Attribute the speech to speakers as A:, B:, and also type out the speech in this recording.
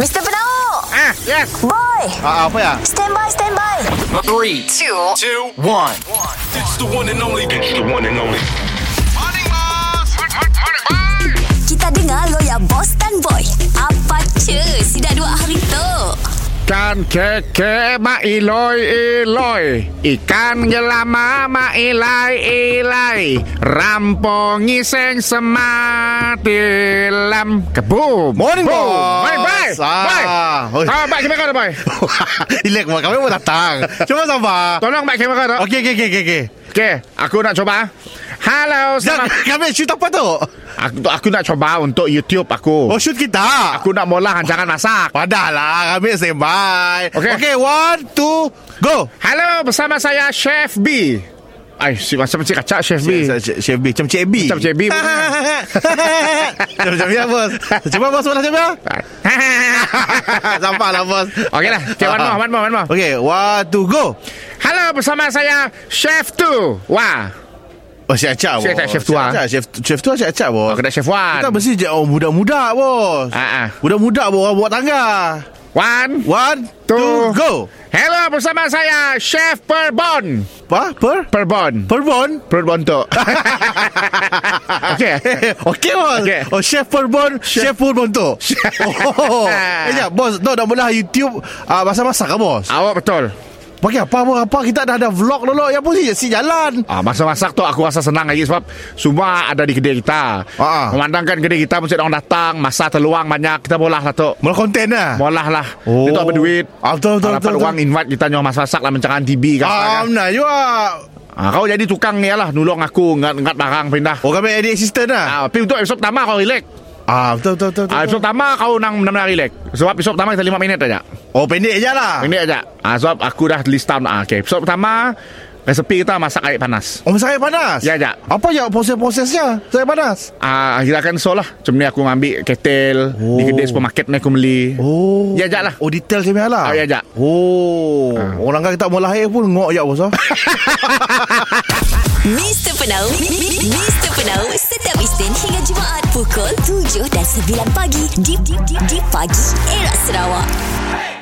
A: Mr. Penau
B: Ah, yes.
A: Boy
B: Ah, ah, apa ya?
A: Stand by, stand by
C: Three, two, two, one.
D: It's the one and only. It's the one and only.
A: Kita dengar lo ya Boss dan Boy Apa cu Si dah dua hari tu
B: Ikan keke ma iloi iloi Ikan gelama ma ilai ilai Rampong iseng semati lam Kebum
E: Morning,
B: Boom.
E: boss.
B: Morning boy
E: Ah.
B: Boy
E: Oi.
B: Ah, Baik kamera tu boy
E: Relax Mak Kami pun datang Cuma sabar
B: Tolong baik kamera tu
E: Okey okey okey okey okay.
B: Okey Aku nak coba Hello
E: Sekejap
B: selamat
E: Kami shoot apa tu
B: aku, aku nak coba untuk YouTube aku
E: Oh shoot kita
B: Aku nak mula rancangan masak
E: Padahlah Kami sembai
B: Okey.
E: Okey one two Go
B: Halo bersama saya Chef B Ay, si, macam si kacak Chef B
E: Chef B Macam Cik B
B: Macam Cik B.
E: Macam-macam ya bos Cuba bos Mana cuba Sampai lah bos
B: Okey lah. Okay, one more, one more, one more.
E: Okay one two go
B: Halo bersama saya Chef Tu Wah
E: Oh Cik Acap
B: Cik Acap,
E: bos.
B: chef tua.
E: Cik Acap, Chef Chef tua Cik Acap bos
B: Aku nak oh, Chef Wan
E: Kita mesti je oh, budak-budak bos.
B: Ah, ah.
E: Budak-budak bos orang buat tangga.
B: Wan
E: One,
B: Two.
E: two, go.
B: Hello bersama saya Chef Perbon
E: Apa? Per?
B: Perbon
E: Perbon?
B: Perbon tu Okey
E: Okey bos
B: Okey.
E: Oh Chef Perbon Chef, Chef Perbon tu Oh Eh jap bos Tok dah mula YouTube uh, Masak-masak ke bos
B: Awak betul
E: Pakai apa bos Apa kita dah ada vlog dulu Yang pun si, si jalan
B: Ah, masa masak tu aku rasa senang lagi sebab semua ada di kedai kita.
E: Ah, ah.
B: Memandangkan kedai kita mesti orang datang, masa terluang banyak, kita bolah lah tu.
E: Mula konten lah
B: Molah lah.
E: Oh.
B: Itu apa duit?
E: Ah, betul, betul,
B: Ah, dapat
E: betul,
B: uang invite kita nyawa masak lah mencangan TV kan.
E: Ah, um, nah, you are.
B: Ah, kau jadi tukang ni lah nulung aku ngat-ngat barang pindah.
E: Oh, kami edit assistant lah.
B: Ah, tapi untuk episod pertama kau relax.
E: Ah, betul, betul, betul. betul.
B: Ah, episod pertama kau nang benar-benar relax. Sebab episod pertama kita 5 minit aja.
E: Oh, pendek je lah.
B: Pendek aja. Ah, sebab aku dah list down. Ah, okay. Episod pertama resepi kita masak air panas.
E: Oh, masak air panas?
B: Ya, ya.
E: Apa ya proses-prosesnya? Saya panas.
B: Ah, kita akan so lah. Macam ni aku ngambil ketel oh. di kedai supermarket ni aku beli.
E: Oh.
B: Ya, ya lah.
E: Oh, detail macam lah.
B: Ah, ya, ya.
E: Oh.
B: Ah.
E: Orang kan tak mau lahir pun ngok ya bos. ah.
A: Mr. Penau Mi- Mi- Mr. Penau Setiap Isnin hingga Jumaat Pukul 7 dan 9 pagi Di, di, di, di pagi Era Sarawak